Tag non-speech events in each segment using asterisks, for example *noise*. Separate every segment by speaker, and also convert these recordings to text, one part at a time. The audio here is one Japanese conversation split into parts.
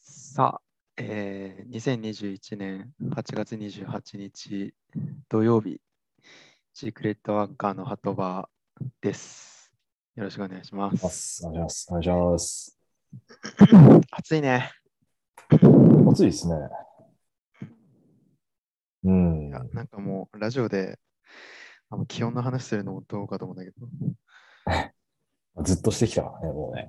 Speaker 1: さあ、えー、2021年8月28日土曜日、シークレットワーカーのハトバーです。よろしくお願いしま。
Speaker 2: お願いしますす。お願いします。お願いします。
Speaker 1: 暑いね。
Speaker 2: 暑いですね。うん。
Speaker 1: いや
Speaker 2: あ
Speaker 1: なんかもうラジオであの気温の話するのもどうかと思うんだけど、
Speaker 2: ずっとしてきたからね、もうね。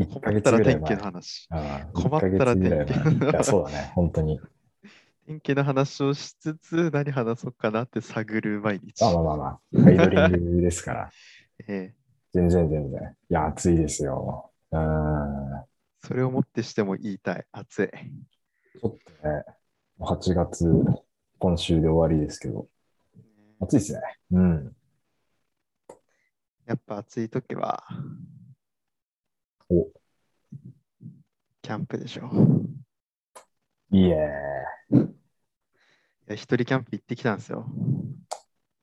Speaker 2: 1ヶ
Speaker 1: 困っ
Speaker 2: 月
Speaker 1: た
Speaker 2: ぐ
Speaker 1: ら
Speaker 2: らい
Speaker 1: 天気
Speaker 2: 前
Speaker 1: の。話。
Speaker 2: ああ
Speaker 1: 困ったら
Speaker 2: 一ヶ
Speaker 1: 天
Speaker 2: 月
Speaker 1: 気
Speaker 2: ぐらい前いや、そうだね、本当に。
Speaker 1: *laughs* 天気の話をしつつ、何話そうかなって探る毎日。
Speaker 2: まあまあまあまあ、ハイドリングで
Speaker 1: *laughs*
Speaker 2: すから。
Speaker 1: ええ
Speaker 2: 全然全然。いや、暑いですよ。うん。
Speaker 1: それをもってしても言いたい。暑い。
Speaker 2: ちょっとね、8月、今週で終わりですけど、暑いですね。うん。
Speaker 1: やっぱ暑い時は
Speaker 2: お、
Speaker 1: キャンプでしょ。
Speaker 2: いいえ。
Speaker 1: いや一人キャンプ行ってきたんですよ。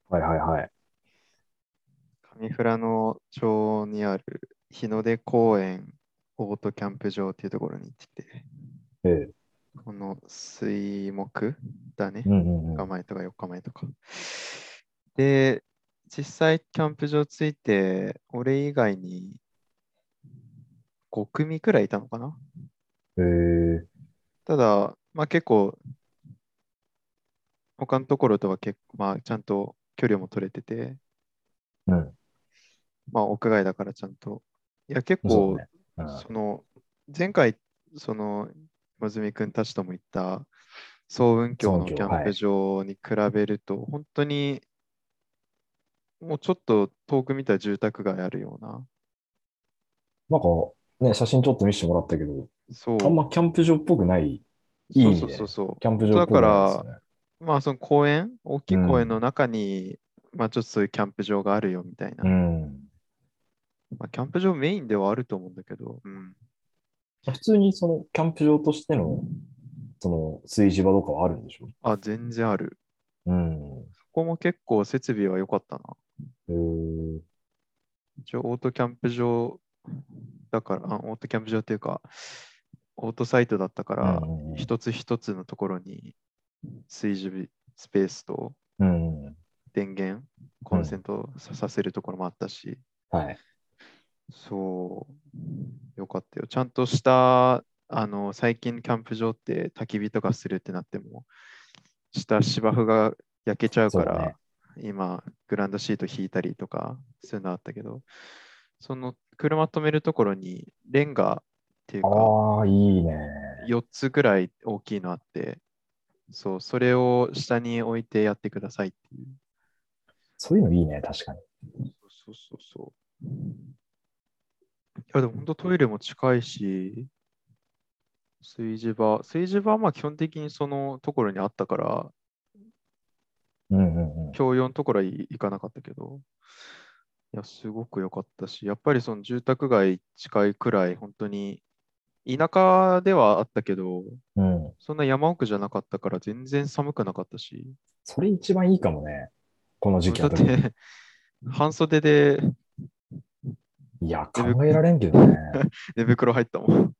Speaker 2: はいはいはい。
Speaker 1: 上富良野町にある日の出公園オートキャンプ場っていうところに行ってきて、
Speaker 2: ええ。
Speaker 1: この水木だね
Speaker 2: う。んうんう
Speaker 1: 3
Speaker 2: ん。
Speaker 1: 日前とか4日前とか。で、実際キャンプ場着いて、俺以外に5組くらいいたのかな
Speaker 2: え
Speaker 1: ただ、まあ結構、他のところとは結構、まあちゃんと距離も取れてて、
Speaker 2: え。うん。
Speaker 1: まあ屋外だからちゃんと。いや結
Speaker 2: そ
Speaker 1: 構、
Speaker 2: うね。うん
Speaker 1: その前回そのまずみくんたちとも言った総雲峡の
Speaker 2: 層
Speaker 1: キ
Speaker 2: 雲峡
Speaker 1: ャンプ場に比べると、本当にもうちょっと遠く見たら住宅街あるような
Speaker 2: なんか、ね、写真ちょっと見せてもらったけど、
Speaker 1: そう
Speaker 2: あんまキャンプ場っぽくない、いい
Speaker 1: そう
Speaker 2: ね。
Speaker 1: そうそうそう
Speaker 2: キャンプ場っぽくないですね。
Speaker 1: まあその公園大きい公園
Speaker 2: う
Speaker 1: の中に、まあちょっとそういうキャンプ場があるよみたいな、
Speaker 2: うん。
Speaker 1: まあ、キャンプ場メインではあると思うんだけど、うん、
Speaker 2: 普通にそのキャンプ場としての、その炊事場とかはあるんでしょ
Speaker 1: あ全然ある
Speaker 2: うん。へ
Speaker 1: そこも結構設備は良かったな
Speaker 2: えー、
Speaker 1: 一応オートキャンプ場だから、あオートキャンプ場というか、オートサイトだったから
Speaker 2: う、ん
Speaker 1: 一つ一つのところに炊事日スペースと
Speaker 2: うん。うん
Speaker 1: 電源、コンセントささせるところもあったし、
Speaker 2: はい。
Speaker 1: そう、よかったよ。ちゃんとした、あの、最近キャンプ場って焚き火とかするってなっても、下芝生が焼けちゃうか
Speaker 2: そう
Speaker 1: ら
Speaker 2: ね、
Speaker 1: 今、グランドシート引いたりとか、そういうのあったけど、その車止めるところにレンガっていうか、
Speaker 2: ああ、いいね。
Speaker 1: 4つぐらい大きいのあって、そう、それを下に置いてやってくださいっていう。
Speaker 2: そういうのいいね、確かに。
Speaker 1: そうそうそうそう。いや、でも本当トイレも近いし、炊事場、炊事場はまあ基本的にそのところにあったから、
Speaker 2: うんうんうん。
Speaker 1: 共用のところはい行かなかったけど、いや、すごく良かったし、やっぱりその住宅街近いくらい、本当に田舎ではあったけど、
Speaker 2: うん。
Speaker 1: そんな山奥じゃなかったから全然寒くなかったし、
Speaker 2: それ一番いいかもね。この時期
Speaker 1: だ
Speaker 2: は
Speaker 1: っ
Speaker 2: 特に。
Speaker 1: て半袖で
Speaker 2: いや、考えられんけど
Speaker 1: *laughs*
Speaker 2: ね。
Speaker 1: 寝袋入ったもん。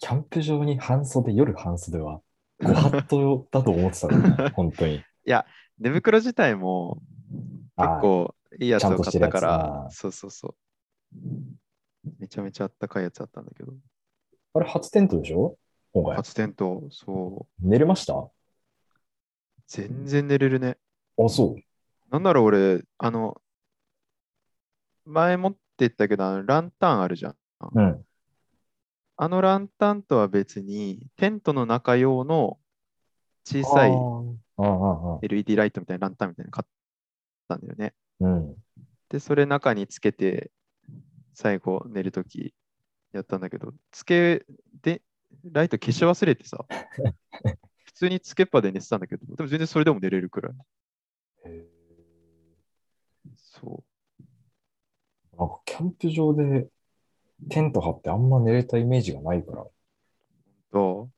Speaker 2: キャンプ場に半袖、夜半袖は、ご法度だと思って
Speaker 1: *laughs*
Speaker 2: たからね、本当に。
Speaker 1: 寝袋自体も結
Speaker 2: あー
Speaker 1: 構いいやつを買ったか
Speaker 2: ちゃんとしてる
Speaker 1: ら
Speaker 2: や、つ
Speaker 1: そうそうそう。めちゃめちゃあったかいやつあったんだけど。
Speaker 2: あれ、初テントでしょ今回。
Speaker 1: 初テント、そう。
Speaker 2: 寝れましたあ、
Speaker 1: 全然寝れるね。
Speaker 2: そ
Speaker 1: なんだろう、俺、あの、前持ってったけど、あのランタンあるじゃん。
Speaker 2: う。うん。
Speaker 1: あのランタンとは別に、テントの中用の小さい
Speaker 2: あーあー、あー
Speaker 1: LED ライトみたいなランタンみたいなの買ったんだよね。
Speaker 2: うん。
Speaker 1: で、それ中につけて、最後寝るときやったんだけど、つけ、で、ライト消し忘れて
Speaker 2: *laughs*
Speaker 1: さ、普通につけっぱで寝てたんだけど、でも全然それでも寝れるくらい。
Speaker 2: へ
Speaker 1: そ
Speaker 2: ーなんか、キャンプ場でテント張ってあんま寝れたイメージがないから、
Speaker 1: う。と、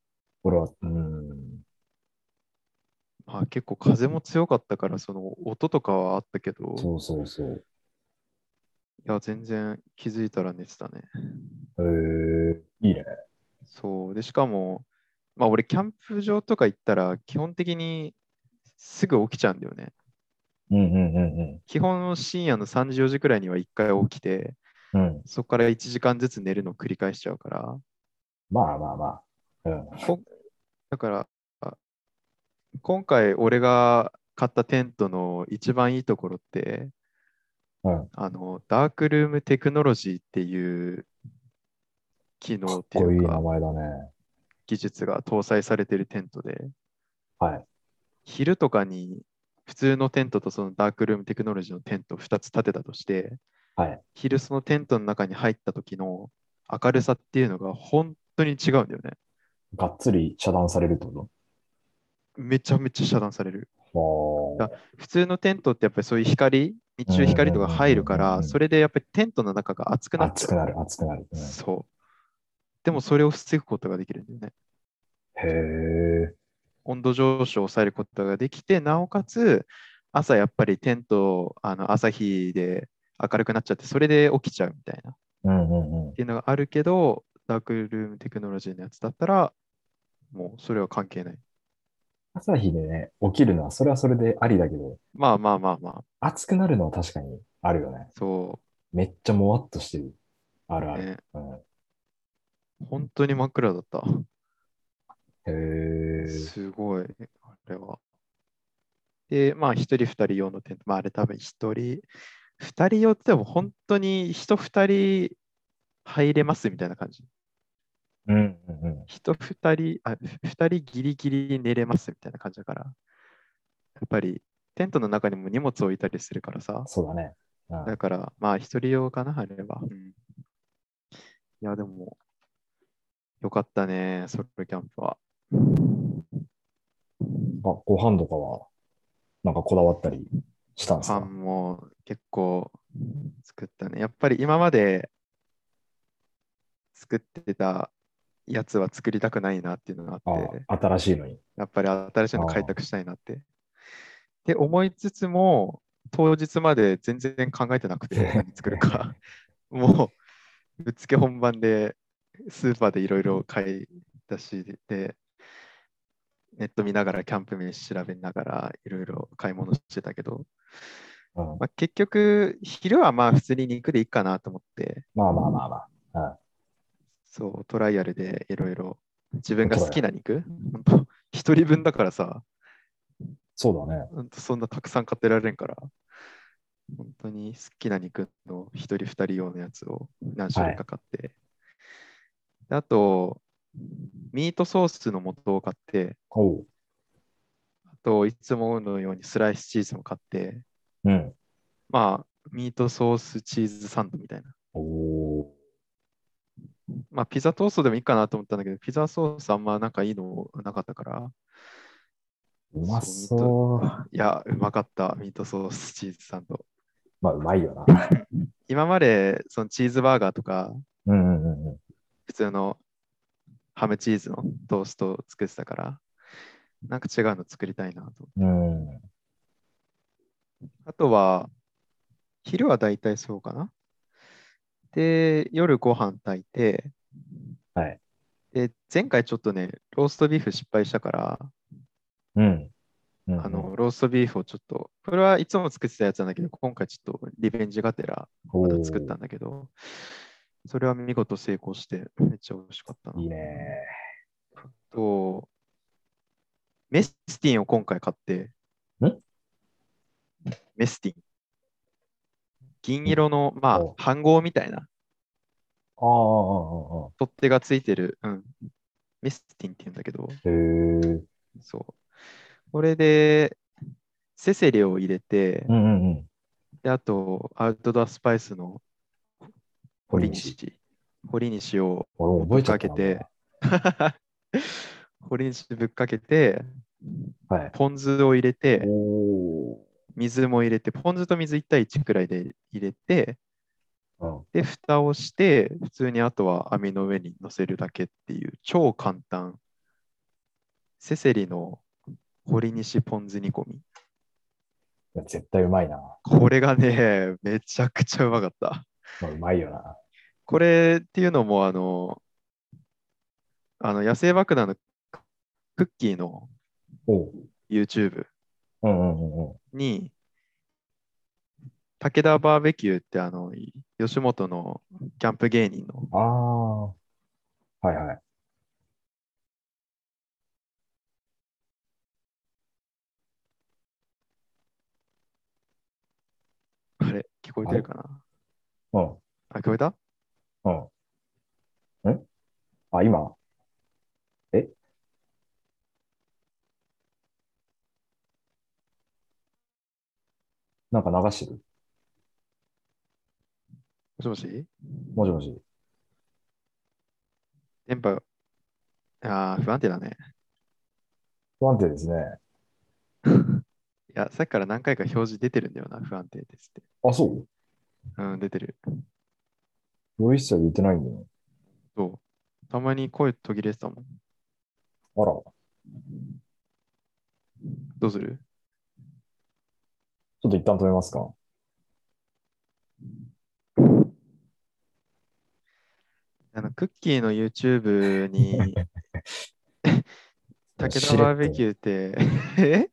Speaker 2: 俺は、うん。
Speaker 1: まあ結構風も強かったから、その音とかはあったけど、
Speaker 2: そうそうそう。
Speaker 1: いや、全然気づいたら寝てたね。
Speaker 2: へえ、いいね。
Speaker 1: そう。で、しかも、まあ俺、キャンプ場とか行ったら、基本的にすぐ起きちゃうんだよね。
Speaker 2: うんうんうん
Speaker 1: 基本深夜の3時、4時くらいには1回起きて、
Speaker 2: うん。うん。
Speaker 1: そこから1時間ずつ寝るのを繰り返しちゃうから、
Speaker 2: まあまあまあ。うん。
Speaker 1: こだから、あ今回俺が買ったテントの一番いいところって、
Speaker 2: うん
Speaker 1: あのダークルームテクノロジーっていう機
Speaker 2: か
Speaker 1: 能
Speaker 2: っ
Speaker 1: ってい
Speaker 2: こいいう名
Speaker 1: か
Speaker 2: 前だね。
Speaker 1: 技術が搭載されてるテントで、
Speaker 2: はい。
Speaker 1: 昼とかに普通のテントとそのダークルームテクノロジーのテント2つ立てたとして、
Speaker 2: はい
Speaker 1: 昼そのテントの中に入った時の明るさっていうのが本当に違うんだよね。
Speaker 2: がっつり遮断されるってこ
Speaker 1: めちゃめちゃ遮断される。
Speaker 2: とああ。
Speaker 1: 普通のテントってやっぱりそういう光、日中光とか入るか
Speaker 2: うんうんうん
Speaker 1: ら、
Speaker 2: うん
Speaker 1: それでやっぱりテントの中が熱くなっ
Speaker 2: 熱
Speaker 1: ち
Speaker 2: く
Speaker 1: ゃ
Speaker 2: なる、熱くなる。
Speaker 1: う。そう。でもそれを防ぐことができるんだよね。
Speaker 2: うん、へえ。
Speaker 1: 温度上昇を抑えることができて、なおかつ、朝やっぱりテント、あの朝日で明るくなっちゃって、それで起きちゃうみたいな。っ
Speaker 2: うんうんうん。
Speaker 1: ていうのがあるけど、ダークルームテクノロジーのやつだったら、もうそれは関係ない。
Speaker 2: 朝日でね、起きるのは、それはそれでありだけど、
Speaker 1: まあまあまあまあ、
Speaker 2: 熱くなるのは確かにあるよね。
Speaker 1: そ
Speaker 2: めっちゃもわっとしてる。ある
Speaker 1: う
Speaker 2: ある。
Speaker 1: ね。
Speaker 2: うん、
Speaker 1: 本当に真っ暗だった。
Speaker 2: へえ。
Speaker 1: すごい、あれは。で、まあ、1人、2人用のテント、まあ、あれ多分1人、2人用ってでも本当に人2人入れますみたいな感じ。
Speaker 2: うんうんうん。
Speaker 1: 人2人、あ、2人ギリギリ寝れますみたいな感じだから、やっぱりテントの中にも荷物置いたりするからさ、
Speaker 2: そうだね。うん
Speaker 1: だから、まあ、1人用かな、あれば。うんいや、でも、よかったね、ソロキャンプは。
Speaker 2: あご飯とかは、なんかこだわったりしたんです
Speaker 1: パ
Speaker 2: か
Speaker 1: ンも結構作ったね。やっぱり今まで作ってたやつは作りたくないなっていうのがあって、
Speaker 2: あ新しいのに。
Speaker 1: やっぱり新しいの開拓したいなって。って思いつつも、当日まで全然考えてなく *laughs* て、何作るか。もう、ぶっつけ本番で、スーパーでいろいろ買い出しで、ネット見ながら、キャンプ飯調べながら、いろいろ買い物してたけど、
Speaker 2: うん、
Speaker 1: まあ、結局、昼はまあ普通に肉でいいかなと思って、
Speaker 2: まあまあまあまあ。
Speaker 1: そう、トライアルでいろいろ自分が好きな肉、 *laughs* 本当一人分だからさ、
Speaker 2: そうだね。
Speaker 1: ほんとそんなたくさん買ってられんから、本当に好きな肉の一人二人用のやつを何種類か買って、であと、ミートソースの素を買って、
Speaker 2: おう。
Speaker 1: あと、いつものようにスライスチーズも買って、
Speaker 2: うん。
Speaker 1: まあ、ミートソースチーズサンドみたいな。
Speaker 2: おー
Speaker 1: まあ、ピザトーストでもいいかなと思ったんだけど、ピザソースあんまなんかいいのなかったから、
Speaker 2: うまそう。
Speaker 1: いや、うまかった、ミートソースチーズサンド。
Speaker 2: まあ、うまいよな。
Speaker 1: 今までそのチーズバーガーとか、
Speaker 2: うんうんうんうん。
Speaker 1: 普通のハムチーズのトーストを作ってたから、なんか違うの作りたいなと。
Speaker 2: うん、
Speaker 1: あとは、昼はだいたいそうかな。で、夜ご飯炊いて、
Speaker 2: はい。
Speaker 1: で、前回ちょっとね、ローストビーフ失敗したから、
Speaker 2: うん。うん
Speaker 1: あ、の、ローストビーフをちょっと、これはいつも作ってたやつなんだけど、今回ちょっとリベンジがてら、また作ったんだけど、それは見事成功して、めっちゃ美味しかった
Speaker 2: おー
Speaker 1: ない
Speaker 2: い。ね。
Speaker 1: と、メスティンを今回買って、
Speaker 2: ん
Speaker 1: メスティン。銀色の、ま
Speaker 2: おう
Speaker 1: あ、飯盒みたいな、
Speaker 2: ああ、ああ、ああ。
Speaker 1: 取っ手がついてる、うん。メスティンって言うんだけど、
Speaker 2: へえ。
Speaker 1: そう。これで、セセリを入れて、
Speaker 2: うんうんうん。
Speaker 1: で、あと、アウトドアスパイスの堀
Speaker 2: 堀西。
Speaker 1: 西。堀西を、
Speaker 2: 俺覚えちゃった
Speaker 1: ぶ
Speaker 2: な
Speaker 1: っかけて。堀西ぶっかけて、
Speaker 2: はい。
Speaker 1: ポン酢を入れて、
Speaker 2: お
Speaker 1: 水も入れて、ポン酢と水1対1くらいで入れて、
Speaker 2: ー。
Speaker 1: で、蓋をして、普通にあとは網の上に乗せるだけっていう、超簡単。セセリの堀西ポン酢煮込み。
Speaker 2: うん。絶対うまいな。
Speaker 1: これがね、めちゃくちゃうまかった。
Speaker 2: まあ、うまいよな。
Speaker 1: これっていうのも、あの、あの野生爆弾のクッキーの
Speaker 2: おう。
Speaker 1: YouTube
Speaker 2: うんうんうんうん。
Speaker 1: に、武田バーベキューってあの、吉本のキャンプ芸人の
Speaker 2: ああ。はいはい。
Speaker 1: あれ、聞こえてるかな
Speaker 2: うん。
Speaker 1: あ聞こえた
Speaker 2: うん。んあ、今。えなんか流してる
Speaker 1: もしもし
Speaker 2: もしもし。
Speaker 1: 電波が、あー不安定だね。
Speaker 2: 不安定ですね。
Speaker 1: いや、さっきから何回か表示出てるんだよな、不安定ですって。
Speaker 2: あ、そう
Speaker 1: うん、出てる。
Speaker 2: 俺一切言ってないんだよ。
Speaker 1: そう。たまに声途切れてたもん。
Speaker 2: あら、ちょ
Speaker 1: どうする
Speaker 2: っと一旦止めますか。
Speaker 1: あの、クッキーの YouTube に、武田バーベキューって、え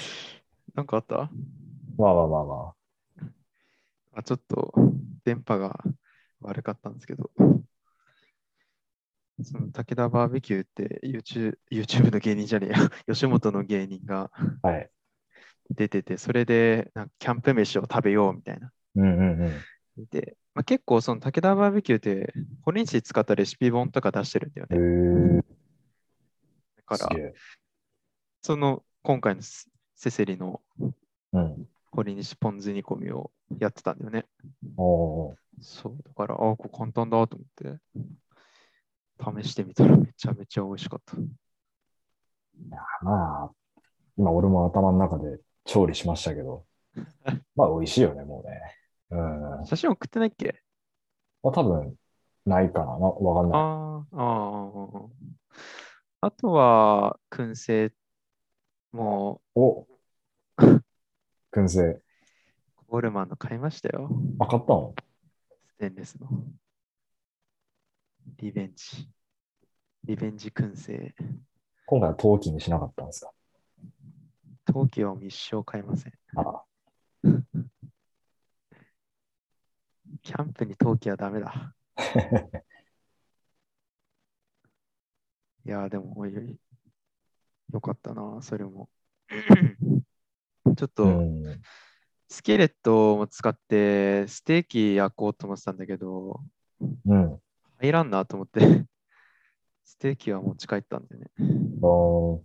Speaker 1: *laughs* なんかあった
Speaker 2: まあまあまあま
Speaker 1: あ、ちょっと電波が悪かったんですけど、その武田バーベキューって YouTube, YouTube の芸人じゃねえや、 *laughs* 吉本の芸人が
Speaker 2: あ。はい。
Speaker 1: 出てて、それでなんかキャンプ飯を食べようみたいな。
Speaker 2: うんうんうん。
Speaker 1: で、まあ、結構その武田バーベキューって骨に使ったレシピ本とか出してるんだよね。
Speaker 2: へえ
Speaker 1: だ
Speaker 2: す
Speaker 1: か
Speaker 2: げ
Speaker 1: ら、
Speaker 2: え。
Speaker 1: その今回のセセセリの
Speaker 2: うん。
Speaker 1: 堀西ポン酢煮込みをやってたんだよね。
Speaker 2: おー
Speaker 1: そう、だから、あこれ簡単だと思って、試してみたらめちゃめちゃ美味しかった。
Speaker 2: まあ、今俺も頭の中で調理しました
Speaker 1: *laughs*
Speaker 2: けど、まあ美味しいよね、もうね。うん。ま
Speaker 1: 写真送ってないっけ
Speaker 2: あ多分、ないかな。まあわかんない。
Speaker 1: あーあー、あとは、燻製も
Speaker 2: お燻製。
Speaker 1: ゴールマンの買いましたよ。
Speaker 2: あ、買ったの
Speaker 1: ステンレスの。リベンジ。リベンジ燻製。
Speaker 2: 今回は陶器にしなかったんですか
Speaker 1: 陶器はもう一生買いません。
Speaker 2: あら。
Speaker 1: キャンプに陶器はダメだ。
Speaker 2: *laughs*
Speaker 1: いやーでも、おいおい。よかったな、それ
Speaker 2: *laughs*
Speaker 1: も。ちょっと、
Speaker 2: うん。
Speaker 1: スケレットも使って、ステーキ焼こうと思ってたんだけど、
Speaker 2: うん。
Speaker 1: 入らんなと思って、 *laughs* ステーキは持ち帰ったんだよね。
Speaker 2: お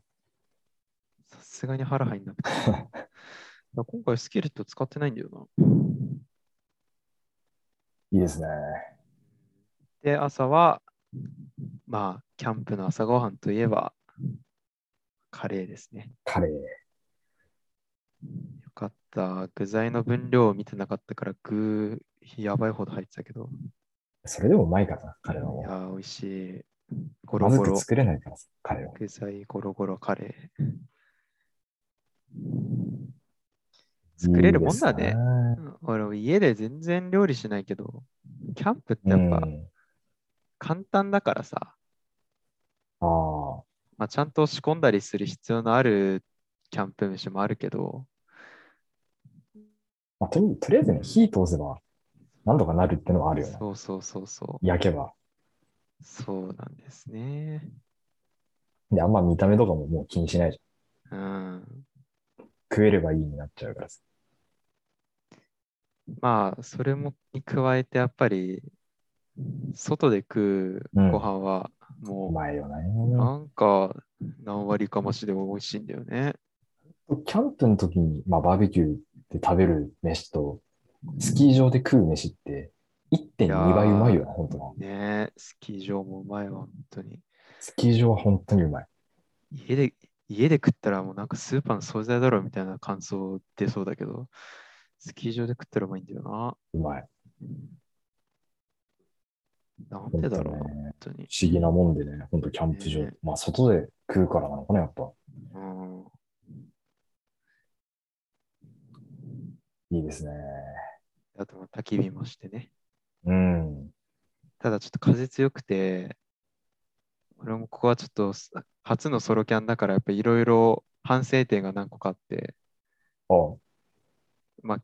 Speaker 1: さすがに腹入んなくて。だ
Speaker 2: *laughs*
Speaker 1: から今回スケレット使ってないんだよな。
Speaker 2: いいですね。
Speaker 1: で、朝は、まあ、キャンプの朝ごはんといえば、カレーですね。
Speaker 2: カレー。
Speaker 1: よかった。具材の分量を見てなかったから、具、やばいほど入ってたけど、
Speaker 2: それでもうまいからな、カレーはいも
Speaker 1: や
Speaker 2: う。
Speaker 1: ー、美味しい。ゴロ
Speaker 2: まず
Speaker 1: ゴ
Speaker 2: く
Speaker 1: ロ、
Speaker 2: 作れないからさ、カレーは。
Speaker 1: 具材ゴロゴロカレー。作れるもんだね
Speaker 2: いいです
Speaker 1: うん俺、家で全然料理しないけど、キャンプってや
Speaker 2: ね。
Speaker 1: っ
Speaker 2: う
Speaker 1: ぱ
Speaker 2: ん。
Speaker 1: 簡単だからさ、
Speaker 2: ああ。
Speaker 1: まあ、ちゃんと仕込んだりする必要のあるキャンプ飯もあるけど、
Speaker 2: まあ、とりとりあえずね、火通せば、なんとかなるってのはあるよね。
Speaker 1: そうそうそうそう。
Speaker 2: 焼けば。
Speaker 1: そうなんですね。
Speaker 2: で、あんま見た目とかももう気にしないじ
Speaker 1: うん。
Speaker 2: ゃん。食えればいいになっちゃうからさ。
Speaker 1: まあ、それもに加えて、やっぱり、外で食うご飯は、
Speaker 2: う
Speaker 1: も
Speaker 2: まいよね。
Speaker 1: う、なんか、何割か増しでも美味しいんだよね。
Speaker 2: キャンプの時に、まあ、バーベキューで食べる飯と、スキー場で食う飯って、1.2倍うまいよな、本当に。
Speaker 1: ねえ、スキー場もうまいわ、本当に。
Speaker 2: スキー場は本当にうまい。
Speaker 1: 家で、家で食ったらもうなんかスーパーの惣菜だろみたいな感想出そうだけど、スキー場で食ったらうまいんだよ
Speaker 2: うまい。
Speaker 1: な。なん
Speaker 2: 本当
Speaker 1: でだろうな、
Speaker 2: ね
Speaker 1: 本。当に。
Speaker 2: 不思議なもんでね、本当キャンプ場。
Speaker 1: ね
Speaker 2: まあ、外で食うからなのかな、やっぱ。
Speaker 1: うん。
Speaker 2: いいですね。
Speaker 1: あと、焚き火もしてね。
Speaker 2: うん。
Speaker 1: ただちょっと風強くて、これもここはちょっとす初のソロキャンだからやっぱいろいろ反省点が何個かあって
Speaker 2: ああ、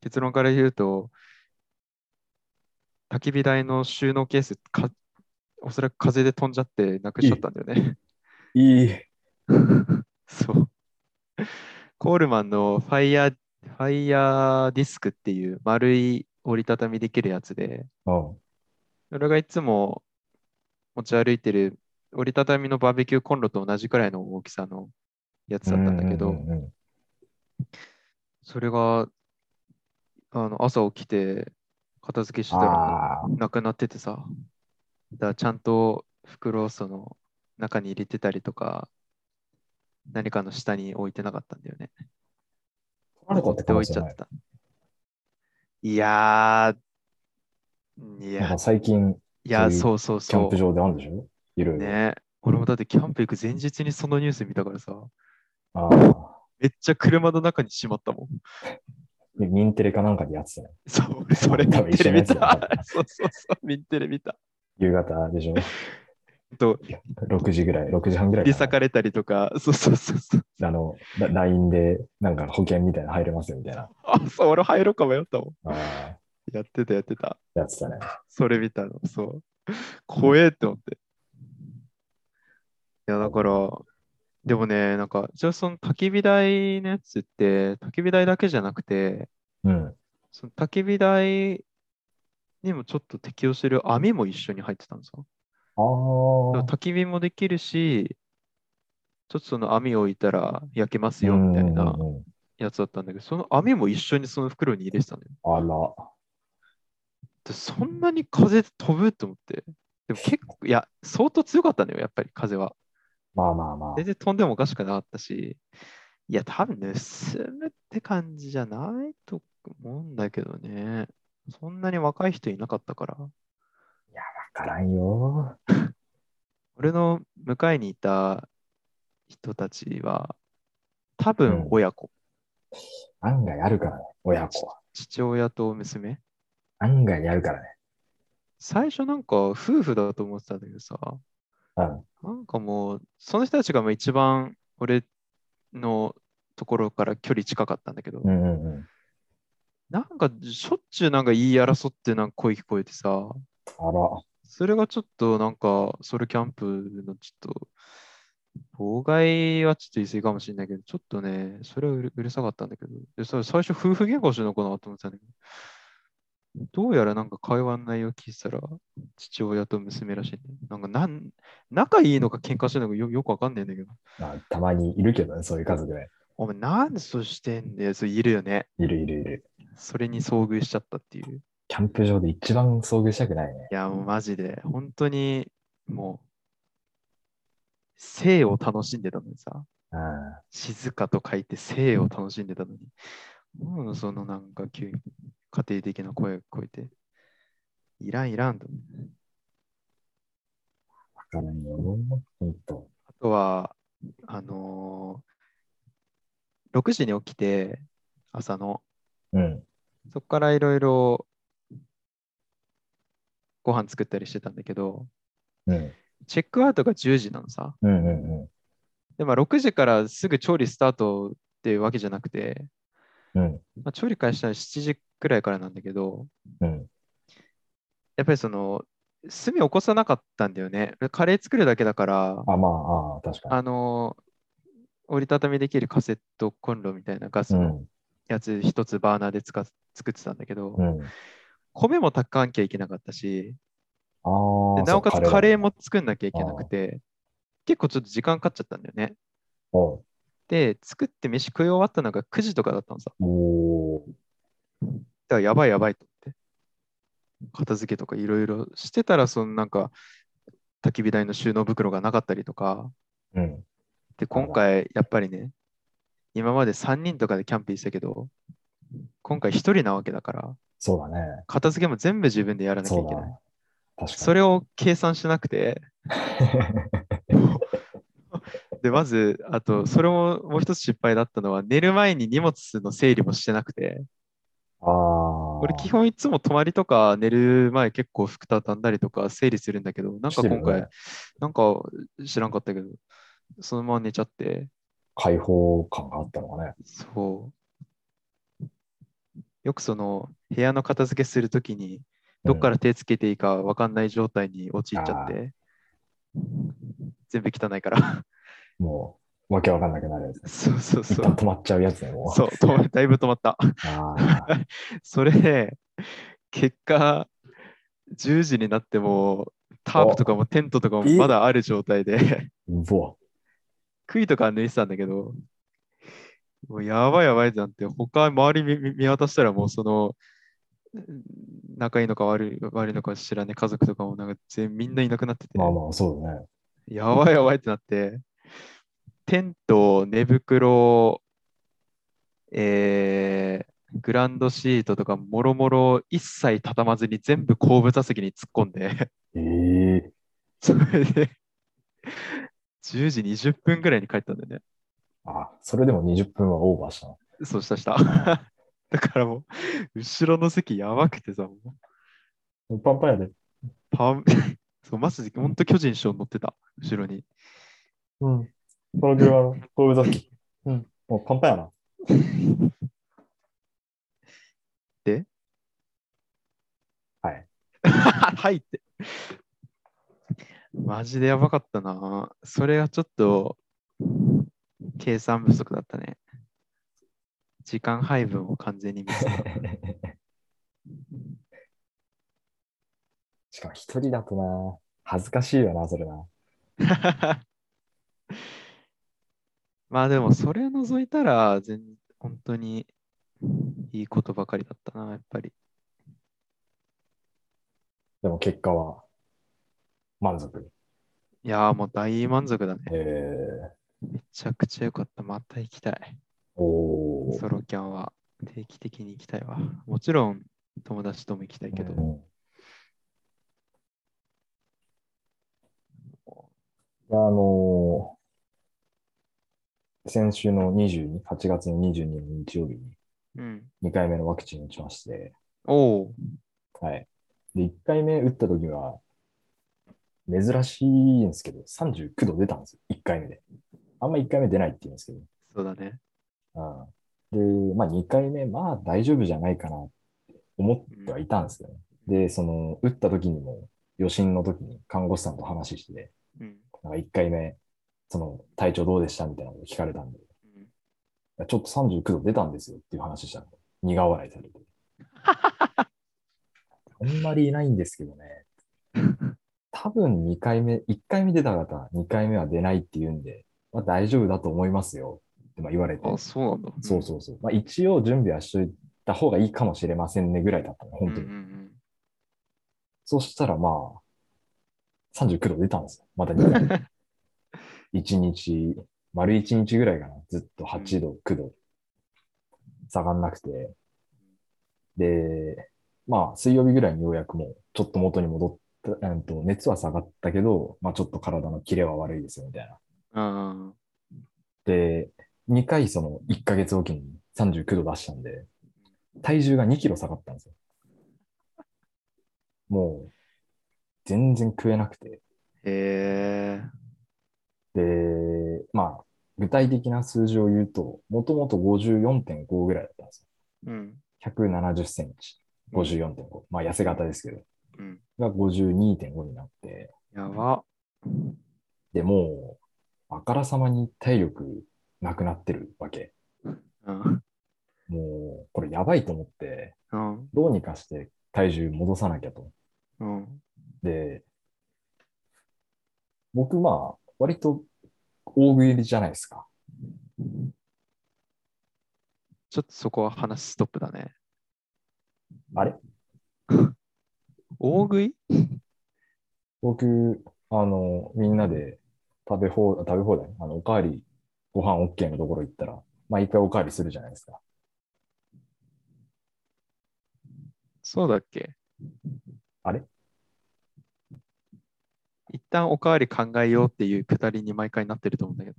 Speaker 1: 結論から言うと焚き火台の収納ケースかおそらく風で飛んじゃってなくしちゃったんだよね。
Speaker 2: いい。
Speaker 1: そう。コールマンのファイヤー、ファイヤーディスクっていう丸い折りたたみできるやつで、
Speaker 2: ああ、
Speaker 1: 俺がいつも持ち歩いてる折りたたみのバーベキューコンロと同じくらいの大きさのやつだったんだけど、
Speaker 2: うんうんうんうん
Speaker 1: それがあの朝起きて片付けしてたら
Speaker 2: ああ、
Speaker 1: なくなっててさ、だからちゃんと袋をその中に入れてたりとか、何かの下に置いてなかったんだよね。
Speaker 2: 取られたっ
Speaker 1: 置
Speaker 2: て感
Speaker 1: い
Speaker 2: じ
Speaker 1: ち
Speaker 2: じ
Speaker 1: ゃ
Speaker 2: ゃ
Speaker 1: っ
Speaker 2: ない。
Speaker 1: た。いやー、い
Speaker 2: なん
Speaker 1: や
Speaker 2: か、最近、
Speaker 1: いや、
Speaker 2: そ
Speaker 1: そうそう
Speaker 2: キャン
Speaker 1: そ
Speaker 2: プ場であるんでしょいろ
Speaker 1: う。
Speaker 2: いろ。
Speaker 1: ね、俺もだってキャンプ行く前日にそのニュース見たからさ、
Speaker 2: ああ、
Speaker 1: めっちゃ車の中にしまったもん。 *laughs*
Speaker 2: でミンテレかなんかでやってたね。
Speaker 1: そう、俺それ、
Speaker 2: 多分
Speaker 1: ミンテレ見
Speaker 2: 一緒のやつ
Speaker 1: た *laughs*
Speaker 2: だね。
Speaker 1: そうそうそう、ミンテレ見た。
Speaker 2: 夕方でし
Speaker 1: *laughs*
Speaker 2: ょ
Speaker 1: と、
Speaker 2: ?6 時ぐらい、6時半ぐらい
Speaker 1: リ
Speaker 2: か
Speaker 1: サかれたりとか、そうそうそうそう。
Speaker 2: な。あの、ラ LINE で、なんか保険みたいなの入れますよみたいな。
Speaker 1: あ、そう、俺入ろうか迷ったもん。
Speaker 2: ああ、
Speaker 1: やってた、やってた。
Speaker 2: やってたね。
Speaker 1: それ見たの、そう。怖えって思って。いや、だから、でもね、なんか、じゃあその焚き火台のやつって、焚き火台だけじゃなくて、
Speaker 2: うん。
Speaker 1: その焚き火台にもちょっと適用してる網も一緒に入ってたんですよ。
Speaker 2: あ
Speaker 1: だから
Speaker 2: あ、
Speaker 1: 焚き火もできるし、ちょっとその網を置いたら焼けますよみたいな
Speaker 2: うんうんうん
Speaker 1: やつだったんだけど、その網も一緒にその袋に入れてたのよ。
Speaker 2: あら。
Speaker 1: でそんなに風飛ぶと思って。でも結構、いや、相当強かったのよ、やっぱり風は。
Speaker 2: まあまあまあ
Speaker 1: 全。然飛んでもおかしくなかったし、いや、多分盗むって感じじゃないと思うんだけどね。そんなに若い人いなかったから。
Speaker 2: わからんよ。
Speaker 1: 俺の向かいにいた人たちは、多
Speaker 2: う
Speaker 1: 分
Speaker 2: ん
Speaker 1: 親子、
Speaker 2: 案外あるからね、親子は。
Speaker 1: 父親と娘。
Speaker 2: 案外あるからね。
Speaker 1: 最初なんか夫婦だと思ってたんだけどさ、
Speaker 2: うん。
Speaker 1: なんかもう、その人たちがまあ一番俺のところから距離近かったんだけど、
Speaker 2: うんうんうん。
Speaker 1: なんかしょっちゅうなんか言い争ってなんか声聞こえてさ、
Speaker 2: あら。
Speaker 1: それがちょっとなんか、ソロキャンプのちょっと、妨害はちょっと言い過ぎかもしれないけど、ちょっとね、それはうるうるさかったんだけど、でそれ最初夫婦喧嘩してるのかなと思ってたんだけど、どうやらなんか会話の内容聞いてたら、父親と娘らしい、ね。なんかなん、仲いいのか喧嘩してるのかよよくわかんないんだけど、
Speaker 2: まあ、たまにいるけどね、そういう家族ね。
Speaker 1: お前なんでそうしてんだよ、そういるよね。
Speaker 2: いるいるいる。
Speaker 1: それに遭遇しちゃったっていう。
Speaker 2: キャンプ場で一番遭遇したくないね。
Speaker 1: いや、もうマジで、本当に、もう、生を楽しんでたのにさ。
Speaker 2: うん。
Speaker 1: 静かと書いて生を楽しんでたのに、もうそのなんか急に家庭的な声が聞こえて、いらんいらんと。
Speaker 2: わからんよ。ほんと。
Speaker 1: あとは、あのー6時に起きて、朝の、
Speaker 2: うん。
Speaker 1: そこからいろいろご飯作ったりしてたんだけど、
Speaker 2: うん。
Speaker 1: チェックアウトが10時なのさ。
Speaker 2: うんうん
Speaker 1: で、まあ6時からすぐ調理スタートっていうわけじゃなくて、
Speaker 2: うん。うん。
Speaker 1: まあ、調理開始したのは7時くらいからなんだけど、
Speaker 2: うん。
Speaker 1: やっぱりその炭起こさなかったんだよね。カレー作るだけだから、
Speaker 2: あ、まあ、ああ、確か
Speaker 1: あの折りたたみできるカセットコンロみたいなガス
Speaker 2: に。う
Speaker 1: の
Speaker 2: ん。
Speaker 1: やつ一つバーナーで使っ作ってたんだけど、
Speaker 2: うん。
Speaker 1: 米も炊かなきゃいけなかったし、
Speaker 2: あ
Speaker 1: で
Speaker 2: あ。
Speaker 1: なおか
Speaker 2: そ
Speaker 1: つ
Speaker 2: うだ
Speaker 1: カレーも作んなきゃいけなくて、結構ちょっと時間かかっちゃったんだよね。
Speaker 2: おう
Speaker 1: で、作って飯食い終わったのが9時とかだったのさ。
Speaker 2: おー
Speaker 1: だからやばいやばいと思って。片付けとかいろいろしてたら、そのなんか焚き火台の収納袋がなかったりとか、
Speaker 2: うん。
Speaker 1: で、
Speaker 2: ら
Speaker 1: 今回、やっぱりね、今まで3人とかでキャンプしたけど、今回1人なわけだから、
Speaker 2: そうだね。
Speaker 1: 片付けも全部自分でやらなきゃ
Speaker 2: そ
Speaker 1: いうけ
Speaker 2: だ
Speaker 1: ない。
Speaker 2: ね。確
Speaker 1: そ
Speaker 2: かに。
Speaker 1: れを計算しなくて、で、まず、あと、それももう一つ失敗だったのは、寝る前に荷物の整理もしてなくて、
Speaker 2: *laughs* あああ。
Speaker 1: 俺基本いつも泊まりとか寝る前結構服畳んだりとか整理するんだけど、なん
Speaker 2: し
Speaker 1: か
Speaker 2: てるよ
Speaker 1: 今
Speaker 2: ね
Speaker 1: 回、なんか知らんかったけど、そのまま寝ちゃって、
Speaker 2: 解放感があったのかね。
Speaker 1: そう。よくその部屋の片付けするときに、どっから手つけていいかわかんない状態に陥っちゃって、全部汚いから。 *laughs*
Speaker 2: うんもう、わけわかんなくなるやつ。
Speaker 1: そうそう
Speaker 2: 一
Speaker 1: そ
Speaker 2: *laughs* 旦
Speaker 1: う。
Speaker 2: 止まっちゃうやつね、もう。
Speaker 1: そう、止まだいぶ止まった。
Speaker 2: ああ。
Speaker 1: それで、結果、10時になっても、タープとかもテントとかも
Speaker 2: え
Speaker 1: まだある状態で、 *laughs*
Speaker 2: うわ。
Speaker 1: 杭とかは抜いてたんだけど、もうやばいやばいじゃんって、他周り見見見渡したらもうその、うん仲いいのか悪い悪いのか知らない家族とかもなんか全みんないなくなってて、
Speaker 2: まあまあ、そうだね。
Speaker 1: やばいやばいってなって、テント、寝袋、えー、グランドシートとかもろもろ一切畳まずに全部後部座席に突っ込んで、 *laughs*
Speaker 2: ええ
Speaker 1: それで10時20分ぐらいに帰ったんだよね。
Speaker 2: あ、それでも20分はオーバーしたの。
Speaker 1: そうしたした。 *laughs* だからもう、後ろの席やばくてさ、もう
Speaker 2: パンパンやで。
Speaker 1: パン、 *laughs* そう、マジで、ほんと巨人師匠乗ってた、後ろに。
Speaker 2: うん。そのぐらいの、こういう時。うん。もうパンパンやな。
Speaker 1: *laughs* はいって。マジでやばかったな。それはちょっと、計算不足だったね。時間配分を完全にミス *laughs* った。
Speaker 2: *laughs* しかも一人だとな、恥ずかしいよな、それな。
Speaker 1: まあでもそれ除いたら全本当にいいことばかりだったなやっぱり
Speaker 2: でも結果は、満足。
Speaker 1: いやーもう大満足だね
Speaker 2: えー、
Speaker 1: めちゃくちゃ良かったまた行きたい
Speaker 2: おー
Speaker 1: ソロキャンは定期的に行きたいわもちろん友達とも行きたいけど、
Speaker 2: うんあのー先週の22、8月の22の日曜日に
Speaker 1: うん、
Speaker 2: 2回目のワクチン打ちまして、
Speaker 1: おお
Speaker 2: はい。で、1回目打った時は、珍しいんですけど、39度出たんですよ、1回目で。あんま1回目出ないって言うんですけど。
Speaker 1: そうだね
Speaker 2: うん、で、まあ2回目、まあ大丈夫じゃないかなって思ってはいたんですけどね。で、その、打った時にも、予診の時に看護師さんと話して、
Speaker 1: うん、
Speaker 2: なんか1回目、その、体調どうでしたみたいなこと聞かれたんで、い
Speaker 1: うん
Speaker 2: やちょっと39度出たんですよっていう話したの。苦笑いされ
Speaker 1: *laughs*
Speaker 2: て。あんまりいないんですけどね。多分2回目、1回目出た方、2回目は出ないって言うんで、まあ大丈夫だと思いますよってまあ言われて。
Speaker 1: あそうなんだ
Speaker 2: そうそうそう。まあ、一応準備はしといた方がいいかもしれませんねぐらいだったの、
Speaker 1: うん
Speaker 2: 本当に。
Speaker 1: うんうん
Speaker 2: そしたらまあ、39度出たんですよ。また2回目。1日、丸1日ぐらいかな。ずっと8度、9度、下がんなくて。で、まあ、水曜日ぐらいにようやくもう、ちょっと元に戻った、うんと、熱は下がったけど、まあ、ちょっと体のキレは悪いですよ、みたい
Speaker 1: う
Speaker 2: な。
Speaker 1: ん、あー
Speaker 2: で、2回その1ヶ月おきに39度出したんで、体重が2キロ下がったんですよ。もう、全然食えなくて。
Speaker 1: へえ
Speaker 2: で、まあ、具体的な数字を言うと、もともと54.5ぐらいだったんです
Speaker 1: うん
Speaker 2: よ。170センチ、54.5。まあ、痩せ型ですけど、
Speaker 1: うん
Speaker 2: が52.5になって、
Speaker 1: やば
Speaker 2: でもう、あからさまに体力なくなってるわけ。
Speaker 1: うん
Speaker 2: もう、これやばいと思って、
Speaker 1: うん
Speaker 2: どうにかして体重戻さなきゃと。
Speaker 1: うん
Speaker 2: で、僕まあ、割と大食いじゃないですか。
Speaker 1: ちょっとそこは話ストップだね。
Speaker 2: あれ
Speaker 1: 大食い
Speaker 2: 僕、あの、みんなで食べ放食べ放題、あの、おかわり、ご飯 OK のところ行ったら、毎回おかわりするじゃないですか。
Speaker 1: そうだっけ
Speaker 2: あれ
Speaker 1: 一旦おかわり考えようっていうくだりに毎回なってると思うんだけ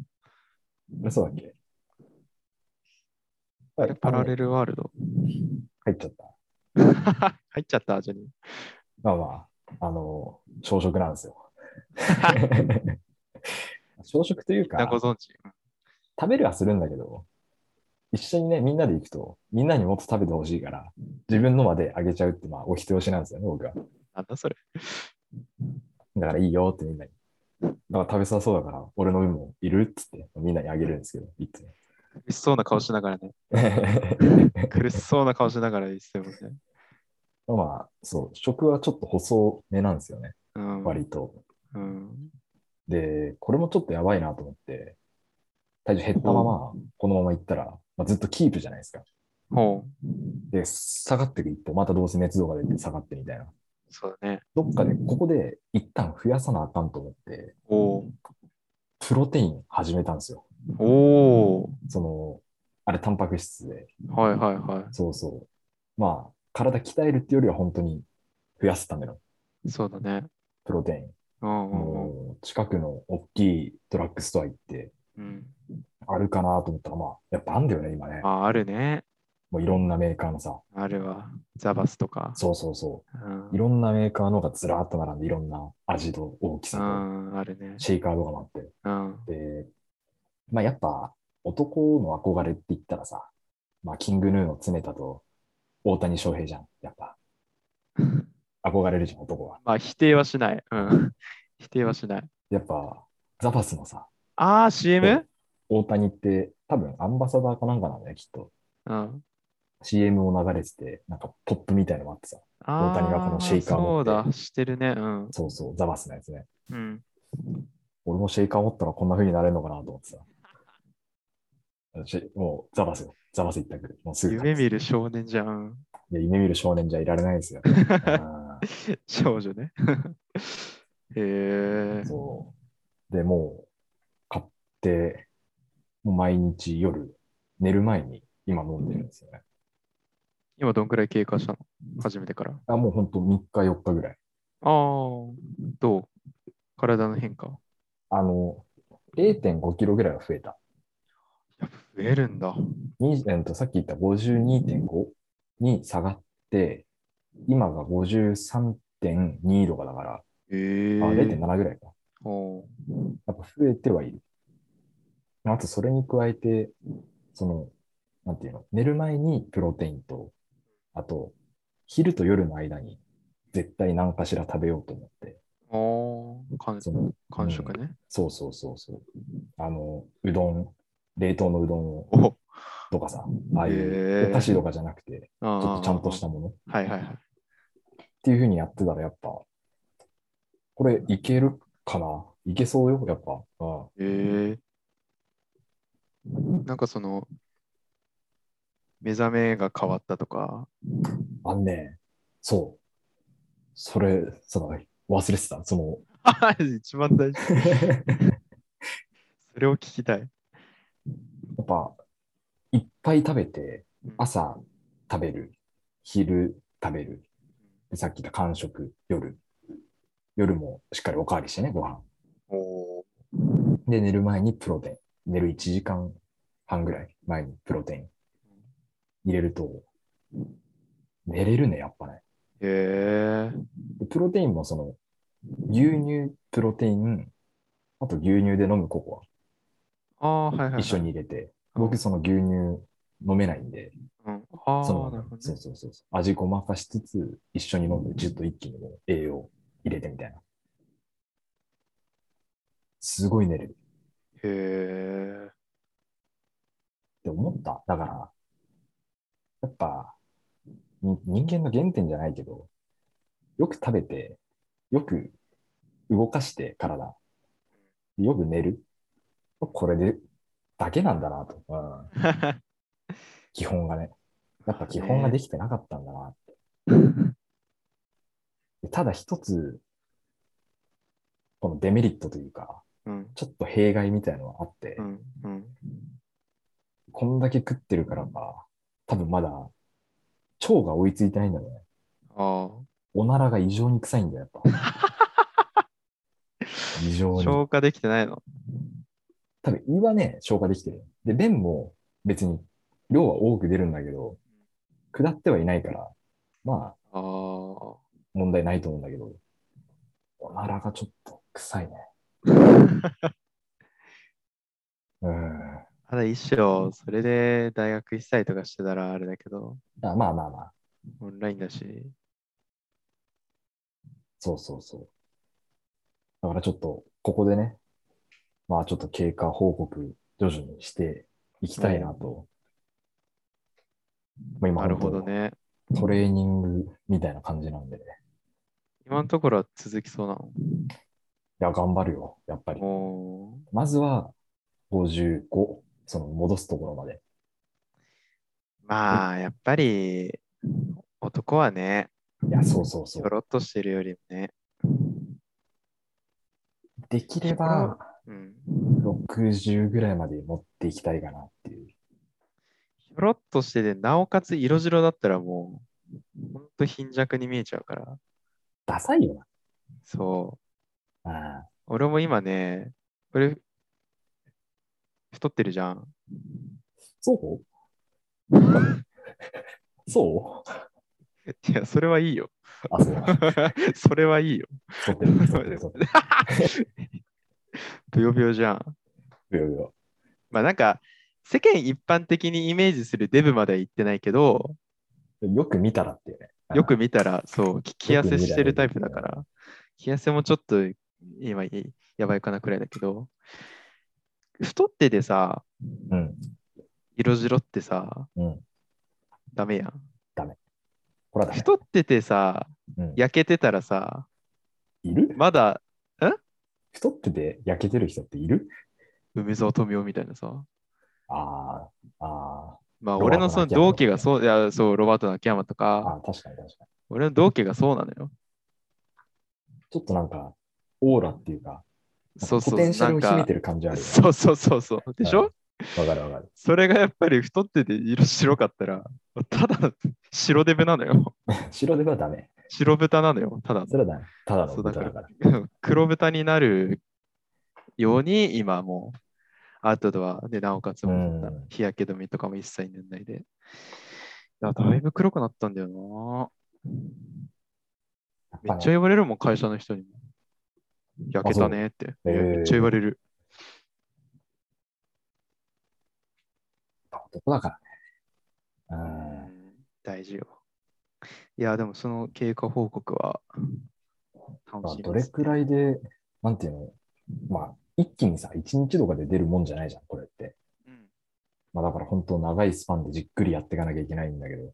Speaker 1: ど。
Speaker 2: そうだっけ
Speaker 1: あれパラレ
Speaker 2: ル。 *laughs*
Speaker 1: ルワールド。
Speaker 2: 入っちゃった。
Speaker 1: 入っちゃった、ジョニー。
Speaker 2: まあまあ、あの、朝食なん
Speaker 1: *laughs*
Speaker 2: ですよ。朝食というか、
Speaker 1: なご
Speaker 2: 食
Speaker 1: 存知。
Speaker 2: べるはするんだけど、一緒にね、みんなで行くと、みんなにもっと食べてほしいから、自分のまであげちゃうって、まあ、お人よしなんですよね、僕は。
Speaker 1: なんだそれ。
Speaker 2: だからいいよってみんなに。だから食べさそうだから、俺の分もいるっつって、みんなにあげるんですけど、いつも。
Speaker 1: 苦しそうな顔しながらね。苦しそうな顔しながら言ってたもんね。
Speaker 2: *laughs* まあ、そう、食はちょっと細めなんですよね、
Speaker 1: うん。
Speaker 2: 割と。
Speaker 1: うん。
Speaker 2: で、これもちょっとやばいなと思って、体重減ったまま、このまま行ったら、まあ、ずっとキープじゃないですか。
Speaker 1: ほう。
Speaker 2: で、下がっていく一方、またどうせ熱度が出て下がってみたいな。
Speaker 1: そうだね。
Speaker 2: どっかで、ここで一旦増やさなあかんと思って、
Speaker 1: おー
Speaker 2: プロテイン始めたんですよ。
Speaker 1: お
Speaker 2: その、あれ、タンパク質で。
Speaker 1: ーはいはいは
Speaker 2: そうそう。まあ、体鍛えるっていうよりは本当に増やすための
Speaker 1: い。そうだね。
Speaker 2: プロテ
Speaker 1: うんう
Speaker 2: イン。
Speaker 1: んうん。
Speaker 2: もう近くの大きいドラッグストア行って、
Speaker 1: うん、
Speaker 2: あるかなと思ったら、まあ、やっぱあんだよね、今ね
Speaker 1: ま。あ、あるね。
Speaker 2: もういろんなメーカーのさ、
Speaker 1: あるわ。ザバスとか。
Speaker 2: そうそうそうう。いろんなメーカーのがずらーっと並んで、いろんな味と大きさ
Speaker 1: ん。うん、あるね
Speaker 2: と、。シェイカーとかもあって。
Speaker 1: うん。
Speaker 2: で、まあやっぱ男の憧れって言ったらさ、まあキングヌーの詰めたと大谷翔平じゃん、やっぱ。憧れるじゃん、男は。
Speaker 1: まあ、否定はしない。うん。 *laughs* 否定はしない。
Speaker 2: やっぱザバスのさ、
Speaker 1: ああ、
Speaker 2: そ
Speaker 1: CM?
Speaker 2: う大谷って多分アンバサダーかなんかなんだよ、きっと。
Speaker 1: うん。
Speaker 2: CM を流れてて、なんかポップみたいのもあってさ、
Speaker 1: あ
Speaker 2: 大谷がこのシェイカー
Speaker 1: そ
Speaker 2: 持
Speaker 1: う
Speaker 2: って
Speaker 1: だ、してるね。うん。
Speaker 2: そうそう、ザバスのやつね。
Speaker 1: うん。
Speaker 2: 俺もシェイカー持ったらこんな風になれるのかなと思ってさ。 *laughs* 私もうザバスよ、ザバス一択。もうすぐ
Speaker 1: 夢見る少年じゃん。
Speaker 2: いや夢見る少年じゃいられないで
Speaker 1: *laughs*
Speaker 2: すよ。うん
Speaker 1: 少女ね。 *laughs* へえ。
Speaker 2: そう。で、もう、買って、もう毎日夜、寝る前に今飲んでるんですよね。
Speaker 1: 今どんくらい経過したの初めてから。あ
Speaker 2: あもうほんと3日4日ぐらい。
Speaker 1: あー、どう体の変化。
Speaker 2: あの、0.5キロぐらいは増えた。
Speaker 1: やっぱ増えるんだ。
Speaker 2: にえっと、さっき言った52.5に下がって、今が53.2とかだから、
Speaker 1: へえ
Speaker 2: あ、0.7ぐらいか。
Speaker 1: おう
Speaker 2: やっぱ増えてはいる。あと、それに加えて、その、なんていうの、寝る前にプロテインと、あと、昼と夜の間に絶対何かしら食べようと思って、
Speaker 1: おう感
Speaker 2: その、
Speaker 1: 感触ね。
Speaker 2: そうそうそうそう、あの、うどん、冷凍のうどんを
Speaker 1: お
Speaker 2: とかさ、ああい
Speaker 1: へえ
Speaker 2: うお菓子とかじゃなく
Speaker 1: ち
Speaker 2: て、ちょっとちゃんとしたものっ
Speaker 1: はいはいはい。
Speaker 2: ていうふうにやってたら、やっぱ、これいけるかないけそうよ、やっぱ。うん
Speaker 1: ええなんかその、目覚めが変わったとか、
Speaker 2: あんね、そう。それ、そうだ、忘れてた。その、
Speaker 1: 一番
Speaker 2: *laughs*
Speaker 1: 大事。
Speaker 2: や
Speaker 1: それを聞きたい。
Speaker 2: っぱ、いっぱい食べて、朝食べる、昼食べる、でさっき言った間食、夜。夜もしっかりおかわりしてね、ご飯。
Speaker 1: おー
Speaker 2: で、寝る前にプロテイン。寝る1時間半ぐらい前にプロテイン入れると、寝れるね、やっぱね。
Speaker 1: へえ
Speaker 2: でプロテインもその、牛乳、プロテイン、あと牛乳で飲むココ
Speaker 1: ああ、はいはい、は
Speaker 2: ア、
Speaker 1: い。
Speaker 2: 一緒に入れて、
Speaker 1: うん
Speaker 2: 僕その牛乳飲めないんで、
Speaker 1: うん、ああ、
Speaker 2: その
Speaker 1: なるほど
Speaker 2: そう
Speaker 1: ね。
Speaker 2: そうそうそう。味ごまかしつつ、一緒に飲んで、ちょっと一気にもう栄養入れてみたいな。すごい寝れるっ
Speaker 1: へえ。
Speaker 2: て思った。だから、やっぱ、に人間の原点じゃないけど、よく食べて、よく動かして体、よく寝る。これで、だけなんだなと。うん
Speaker 1: *laughs*
Speaker 2: 基本がね。やっぱ基本ができてなかったんだなって。でただ一つ、このデメリットというか、
Speaker 1: うん、
Speaker 2: ちょっと弊害みたいのはあって、
Speaker 1: うん、うん。
Speaker 2: こんだけ食ってるからか、多分まだ、腸が追いついてないんだろうね。
Speaker 1: あ
Speaker 2: おならが異常に臭いんだよ、やっぱ。
Speaker 1: *laughs*
Speaker 2: 異常
Speaker 1: あ、
Speaker 2: に。
Speaker 1: 消化できてないの。
Speaker 2: 多分胃はね、消化できてる。で、便も別に量は多く出るんだけど、下ってはいないから、ま
Speaker 1: あ
Speaker 2: あ、
Speaker 1: あ。
Speaker 2: 問題ないと思うんだけど、おならがちょっと
Speaker 1: *laughs*
Speaker 2: 臭いね。うん。
Speaker 1: ただ一生、それで大学行ったりとかしてたらあれだけど、
Speaker 2: あまあまあまあ、
Speaker 1: オンラインだし、
Speaker 2: そうそうそう。だからちょっと、ここでね、まあちょっと経過報告、徐々にしていきたいなと。まあ今
Speaker 1: なるほどね。
Speaker 2: 本当トレーニングみたいな感じなんで、い
Speaker 1: 今のところは続きそうなの。
Speaker 2: や、頑張るよ、やっぱり。
Speaker 1: お
Speaker 2: まずは、55、その戻すところまで。
Speaker 1: まあ、やっぱり、男はね、
Speaker 2: いや、そうそうそ
Speaker 1: ひ
Speaker 2: う
Speaker 1: ょ。ろっとしてるよりもね、
Speaker 2: できれば、
Speaker 1: うん。
Speaker 2: 60ぐらいまで持っていきたいかなっていう。
Speaker 1: ひょろっとしてて、なおかつ色白だったらもう、ほんと貧弱に見えちゃうから。
Speaker 2: ダサいよ
Speaker 1: そう。
Speaker 2: な。あ
Speaker 1: 俺も今ね、俺、太ってるじゃん。
Speaker 2: そうそう
Speaker 1: いや、それはいいよ。 *laughs*
Speaker 2: あ、そう。
Speaker 1: それはいいよ。
Speaker 2: 太ってる、太ってる、
Speaker 1: *laughs*
Speaker 2: 太ってる。
Speaker 1: ぶよぶよじゃん。
Speaker 2: いやいや
Speaker 1: まあなんか、世間一般的にイメージするデブまでは言ってないけど、
Speaker 2: よく見たらっていうね。
Speaker 1: よく見たら、そう、き着痩せしてるタイプだから、着痩せもちょっと今いやばいかなくらいだけど、太っててさ、
Speaker 2: うん。
Speaker 1: 色白ってさ、
Speaker 2: うん
Speaker 1: ダメやん。
Speaker 2: ほらだね。
Speaker 1: 太っててさ、
Speaker 2: うん
Speaker 1: 焼けてたらさ、
Speaker 2: いる
Speaker 1: まだ
Speaker 2: 太ってて焼けてる人っている
Speaker 1: 梅沢富美男みたいなさ、
Speaker 2: ああ、あ
Speaker 1: まあ
Speaker 2: ロバート
Speaker 1: 俺のその同期がそう、いや、そう、ロバートの秋山と
Speaker 2: ー
Speaker 1: か、
Speaker 2: あー、確かに確かに。
Speaker 1: 俺の同期がそうなのよ。
Speaker 2: ちょっとなんか、オーラっていうか、
Speaker 1: そうそう、
Speaker 2: ポテンシャルを秘
Speaker 1: な
Speaker 2: め
Speaker 1: んか
Speaker 2: てる感じあるよね
Speaker 1: そうそうそうそう。でしょ、
Speaker 2: うんわかるわかる。
Speaker 1: それがやっぱり太ってて色白かったら、ただの白デブなのよ。
Speaker 2: 白ではダメ。
Speaker 1: 白豚なのよ、ただの
Speaker 2: それはダメ。ただの
Speaker 1: そう
Speaker 2: 豚
Speaker 1: だ
Speaker 2: だ
Speaker 1: か
Speaker 2: からら。
Speaker 1: *laughs* 黒豚になるように今もうアウトドアでなおかつもう
Speaker 2: うん
Speaker 1: 日焼け止めとかも一切塗んないで。だからだいぶ黒くなったんだよ
Speaker 2: やっ
Speaker 1: な。
Speaker 2: ぱ
Speaker 1: めっ
Speaker 2: ね
Speaker 1: ちゃ言われるもん、会社の人にも。焼けたねって。
Speaker 2: そうへー
Speaker 1: めっちゃ言われる。
Speaker 2: 男だからね。うん。
Speaker 1: 大事よ。いや、でもその経過報告は楽
Speaker 2: まあ、
Speaker 1: しみ
Speaker 2: ど
Speaker 1: で
Speaker 2: れ
Speaker 1: す。
Speaker 2: くらいで、なんていうの、まあ、一気にさ、一日とかで出るもんじゃないじゃん、これって。
Speaker 1: うん
Speaker 2: まあ、だから本当長いスパンでじっくりやっていかなきゃいけないんだけど、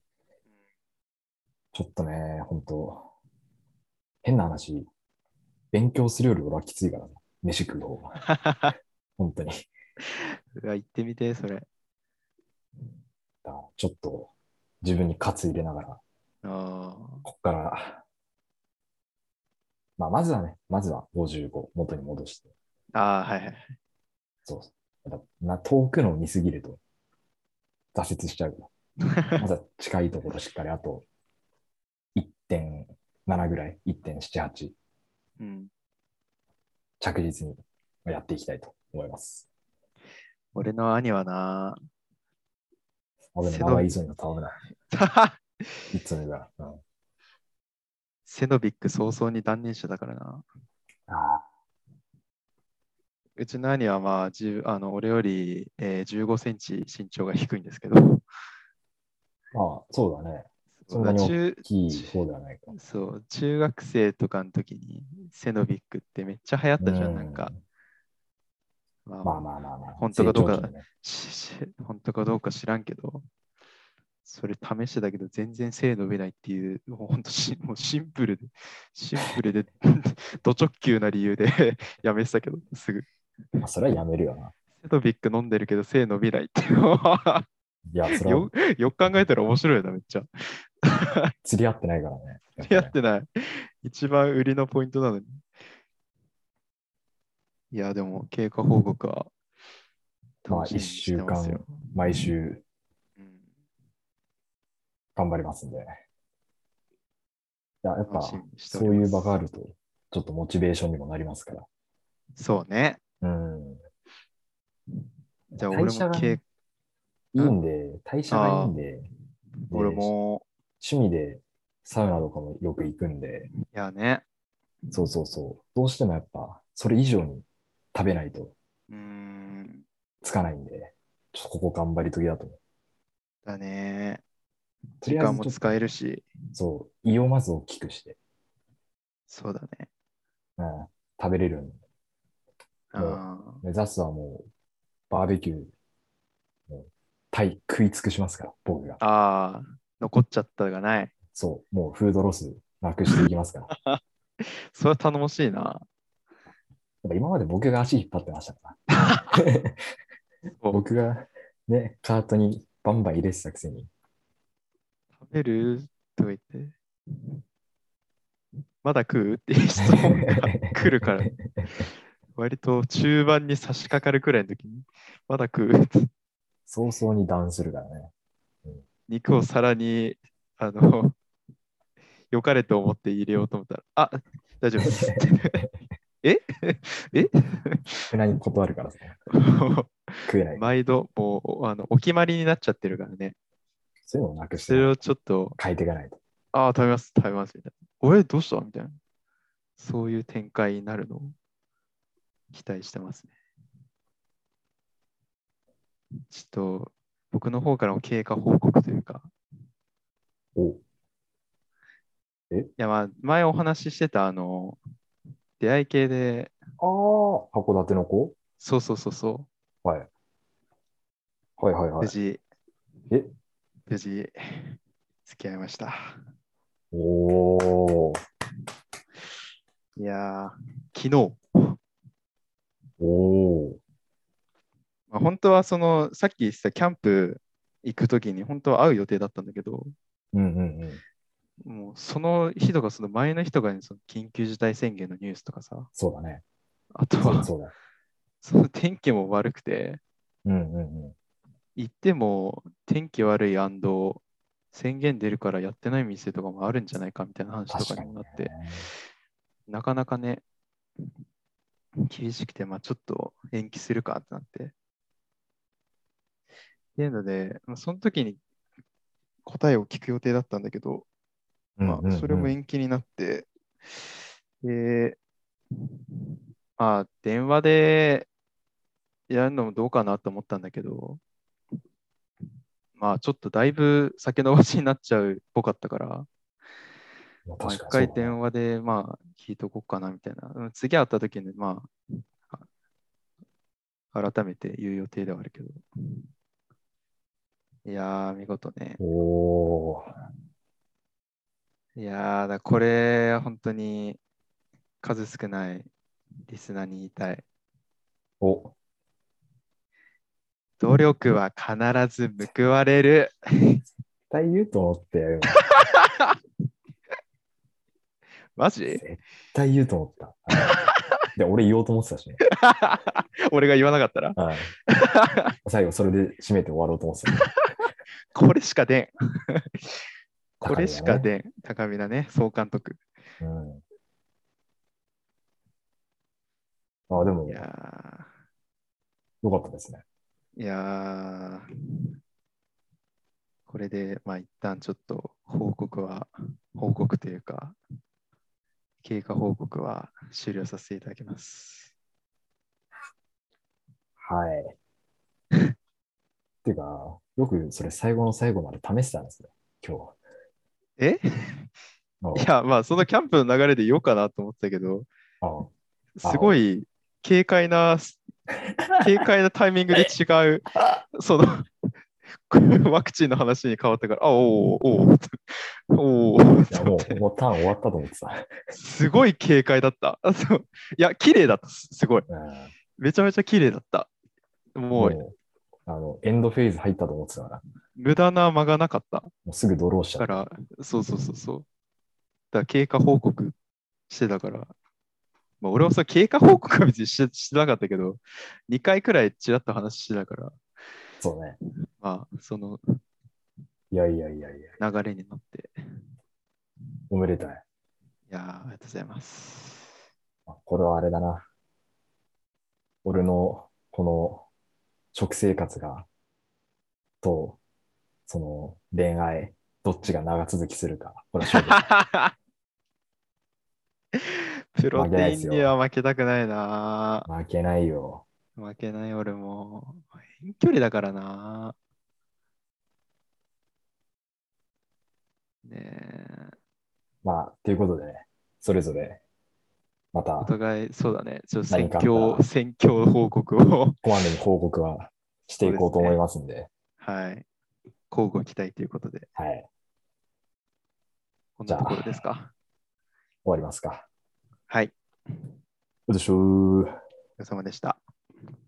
Speaker 2: ちょっとね、本当変な話、勉強するより俺はきついからね、飯食う方が。本当に。だ
Speaker 1: うわ行ってみて、それ。
Speaker 2: からちょっと、自分に喝入れながら、
Speaker 1: ああ。
Speaker 2: こっから、まあ、まずはね、まずは55、元に戻して。
Speaker 1: ああ、はいはい。
Speaker 2: そうそうだな。遠くのを見すぎると、挫折しちゃう
Speaker 1: *laughs*
Speaker 2: から。まずは近いところしっかり、あと、1.7ぐらい、1.7、8、
Speaker 1: うん、
Speaker 2: 着実にやっていきたいと思います。
Speaker 1: 俺の兄はな。 *laughs*
Speaker 2: あ、でも
Speaker 1: 背伸び
Speaker 2: 長い急いの倒れない。いつもが。うん、あ
Speaker 1: セノビック早々に断念してたからな。
Speaker 2: あ、
Speaker 1: うちの兄はまあ、10あの俺より、えー、15センチ身長が低いんですけど、
Speaker 2: まあ、そうだね。そんなに大
Speaker 1: 中
Speaker 2: キー方ではないか。
Speaker 1: そう中学生とかの時にセノビックってめっちゃ流行ったじゃん、
Speaker 2: う
Speaker 1: なんか。まあ
Speaker 2: まあまあまあまあ。
Speaker 1: 本当かどうか
Speaker 2: 成長期のね
Speaker 1: しし本当かどうか知らんけど、それ試してたけど、全然背伸びないっていう、もう本当し、もうシンプルで、シンプルで、 *laughs* ド直球な理由で *laughs* やめてたけど、すぐ。
Speaker 2: まあ、それはやめるよな。
Speaker 1: セドビック飲んでるけど、背伸びないって *laughs* いうのは
Speaker 2: いや、それは
Speaker 1: よ、よく考えたら面白いな、めっちゃ。
Speaker 2: 釣り合ってないからね。
Speaker 1: *laughs* やってない。一番売りのポイントなのに。いや、でも、経過報告は
Speaker 2: まあ
Speaker 1: 楽しみにしてますよ。
Speaker 2: 毎週
Speaker 1: うん
Speaker 2: 頑張りますんで。いや、やっぱ
Speaker 1: 楽しみ、にしてお
Speaker 2: そ
Speaker 1: り
Speaker 2: う
Speaker 1: ます
Speaker 2: いう場があると、ちょっとモチベーションにもなりますから。
Speaker 1: そうね。
Speaker 2: うん。
Speaker 1: じゃあ、
Speaker 2: 会
Speaker 1: 俺
Speaker 2: 社
Speaker 1: も
Speaker 2: がね
Speaker 1: 経
Speaker 2: いいんで、代謝がいいんで、
Speaker 1: 俺も、
Speaker 2: 趣味でサウナとかもよく行くんで、
Speaker 1: いやね、
Speaker 2: そうそうそう。どうしてもやっぱ、それ以上に食べないと
Speaker 1: うーん、
Speaker 2: つかないんで、ちょっとここ頑張り時だと思う。
Speaker 1: だね。
Speaker 2: と
Speaker 1: 時
Speaker 2: りあえず
Speaker 1: 間も使えるし、
Speaker 2: そう、胃をまず大きくして、
Speaker 1: そうだね。
Speaker 2: うん、食べれるように
Speaker 1: あ
Speaker 2: 目指すはもう、バーベキュー、もう、タイ食い尽くしますから、僕が。
Speaker 1: あー、残っちゃったがない。
Speaker 2: そう、もうフードロスなくしていきますから。や
Speaker 1: それは頼もしいな。
Speaker 2: っぱ今まで僕が足引っ張ってましたから。
Speaker 1: *laughs* そう
Speaker 2: 僕がね、カートにバンバン入れてたくせに、
Speaker 1: 食べるとか言って、まだ食うっていう質問が
Speaker 2: *laughs*
Speaker 1: 来るから、割と中盤に差し掛かるくらいの時に、まだ食うって
Speaker 2: 早々にダウンするからね。
Speaker 1: 肉を皿に、あの、良かれと思って入れようと思ったら、あ大丈夫です。ええ
Speaker 2: そんなに断るからさ、食えない。
Speaker 1: 毎度、もうあのお決まりになっちゃってるからね。
Speaker 2: そういうのをなくし
Speaker 1: それ
Speaker 2: て、
Speaker 1: をちょっと、
Speaker 2: 変えていかないと。
Speaker 1: ああ、食べます、食べます、みたいな。俺、どうしたみたいな。そういう展開になるのを期待してますね。ちょっと、僕の方からも経過報告というか、
Speaker 2: お
Speaker 1: いや、まあ、前お話ししてた、あの、出会い系で、
Speaker 2: ああ、函館の子
Speaker 1: そうそうそうそ、
Speaker 2: はい。はいはいうは
Speaker 1: 無
Speaker 2: い。
Speaker 1: 事、
Speaker 2: え
Speaker 1: 無事、付き合いました。
Speaker 2: おー、
Speaker 1: いやー、昨日、
Speaker 2: おー、
Speaker 1: まあ、本当はその、さっき言ってたキャンプ行くときに、本当は会う予定だったんだけど、
Speaker 2: うんうんうん。
Speaker 1: もうその日とか、その前の日とかにその緊急事態宣言のニュースとかさ、
Speaker 2: そうだね。
Speaker 1: あと
Speaker 2: そう
Speaker 1: は
Speaker 2: だ、そうだ。
Speaker 1: その天気も悪くて、
Speaker 2: うんうんうん。
Speaker 1: 行っても天気悪い宣言出るからやってない店とかもあるんじゃないかみたいな話と
Speaker 2: 確
Speaker 1: か
Speaker 2: か
Speaker 1: に
Speaker 2: に、
Speaker 1: もな
Speaker 2: ね
Speaker 1: っ。て、なかなかね、厳しくて、まあ、ちょっと延期するかってなって。っていうので、まあ、その時に答えを聞く予定だったんだけど、ま
Speaker 2: うんうんう
Speaker 1: あ、
Speaker 2: ん
Speaker 1: それも延期になって、で、まあ、電話でやるのもどうかなと思ったんだけど、まあ、ちょっとだいぶ酒のばしになっちゃうっぽかったから、
Speaker 2: まあ
Speaker 1: まあ、
Speaker 2: 確
Speaker 1: 一
Speaker 2: か
Speaker 1: 回
Speaker 2: にそうだね
Speaker 1: 電話で、まあ、聞いとこうかなみたいな。うん次会った時に、まあ、あ改めて言う予定ではあるけど。いやー、見事ね。
Speaker 2: おー、
Speaker 1: いやー、だこれ、本当に数少ないリスナーに言いたい。
Speaker 2: お、
Speaker 1: 努力は必ず報われる。
Speaker 2: 絶対言うと思って、
Speaker 1: マ
Speaker 2: 絶
Speaker 1: ジ
Speaker 2: 対言うと思った。で、俺言おうと思ってたしね。
Speaker 1: 俺が言わなかったら、 *laughs*
Speaker 2: はい最後、それで締めて終わろうと思ってたけど。
Speaker 1: これしか出ん。
Speaker 2: 高
Speaker 1: こ
Speaker 2: 見だね
Speaker 1: れしか出ん。高見だね、総監督。
Speaker 2: うん。あ、でも
Speaker 1: い、やー。
Speaker 2: よかったですね。
Speaker 1: いやー、これで、まあ、一旦ちょっと報告は、報告というか、経過報告は終了させていただきます。
Speaker 2: はい。
Speaker 1: *laughs*
Speaker 2: ていうか、よくそれ最後の最後まで試してたんですね、今日は
Speaker 1: え
Speaker 2: あ
Speaker 1: いや、まあ、そのキャンプの流れで言おうかなと思ってたけど、
Speaker 2: あ
Speaker 1: すごい軽快な、軽快なタイミングで違う、その、 *laughs* ワクチンの話に変わったから、あ、おーおーおーおー
Speaker 2: いやもう、もうターン終わったと思ってた。
Speaker 1: すごい軽快だった。 *laughs* あそういや、綺麗だった、すすごい。
Speaker 2: うん
Speaker 1: めちゃめちゃ綺麗だった。もう、
Speaker 2: もうあの、エンドフェーズ入ったと思ってたから、
Speaker 1: 無駄な間がなかった。
Speaker 2: もうすぐドローしちゃ
Speaker 1: だか
Speaker 2: った。
Speaker 1: ら、そうそうそうそう。だから経過報告してたから、まあ、俺はその経過報告は別にししてなかったけど、2回くらいちらっと話してたから、
Speaker 2: そうね。
Speaker 1: まあ、その
Speaker 2: いやいやいやいや、
Speaker 1: 流れに乗って、
Speaker 2: おめでたい。
Speaker 1: いやー、ありがとうござい
Speaker 2: *laughs*
Speaker 1: ます。
Speaker 2: あこれはあれだな。俺の、この、食生活が、と、その、恋愛、どっちが長続きするか。これは勝負
Speaker 1: プロテインには負けたくないな。
Speaker 2: 負けないよ。
Speaker 1: 負けない俺も。遠距離だからな。ねえ。
Speaker 2: まあ、ということでね、それぞれ、また
Speaker 1: お、互い、そうだね。ちょっと
Speaker 2: 何
Speaker 1: 選
Speaker 2: かあった
Speaker 1: 挙、選挙報告を。 *laughs*
Speaker 2: こまめに報告はしていこうと思いますんで、
Speaker 1: はい。交互期待ということで、
Speaker 2: はい、終
Speaker 1: こんなところですか。
Speaker 2: わりますか。
Speaker 1: はい。
Speaker 2: よいしょー。
Speaker 1: お疲れ様でした。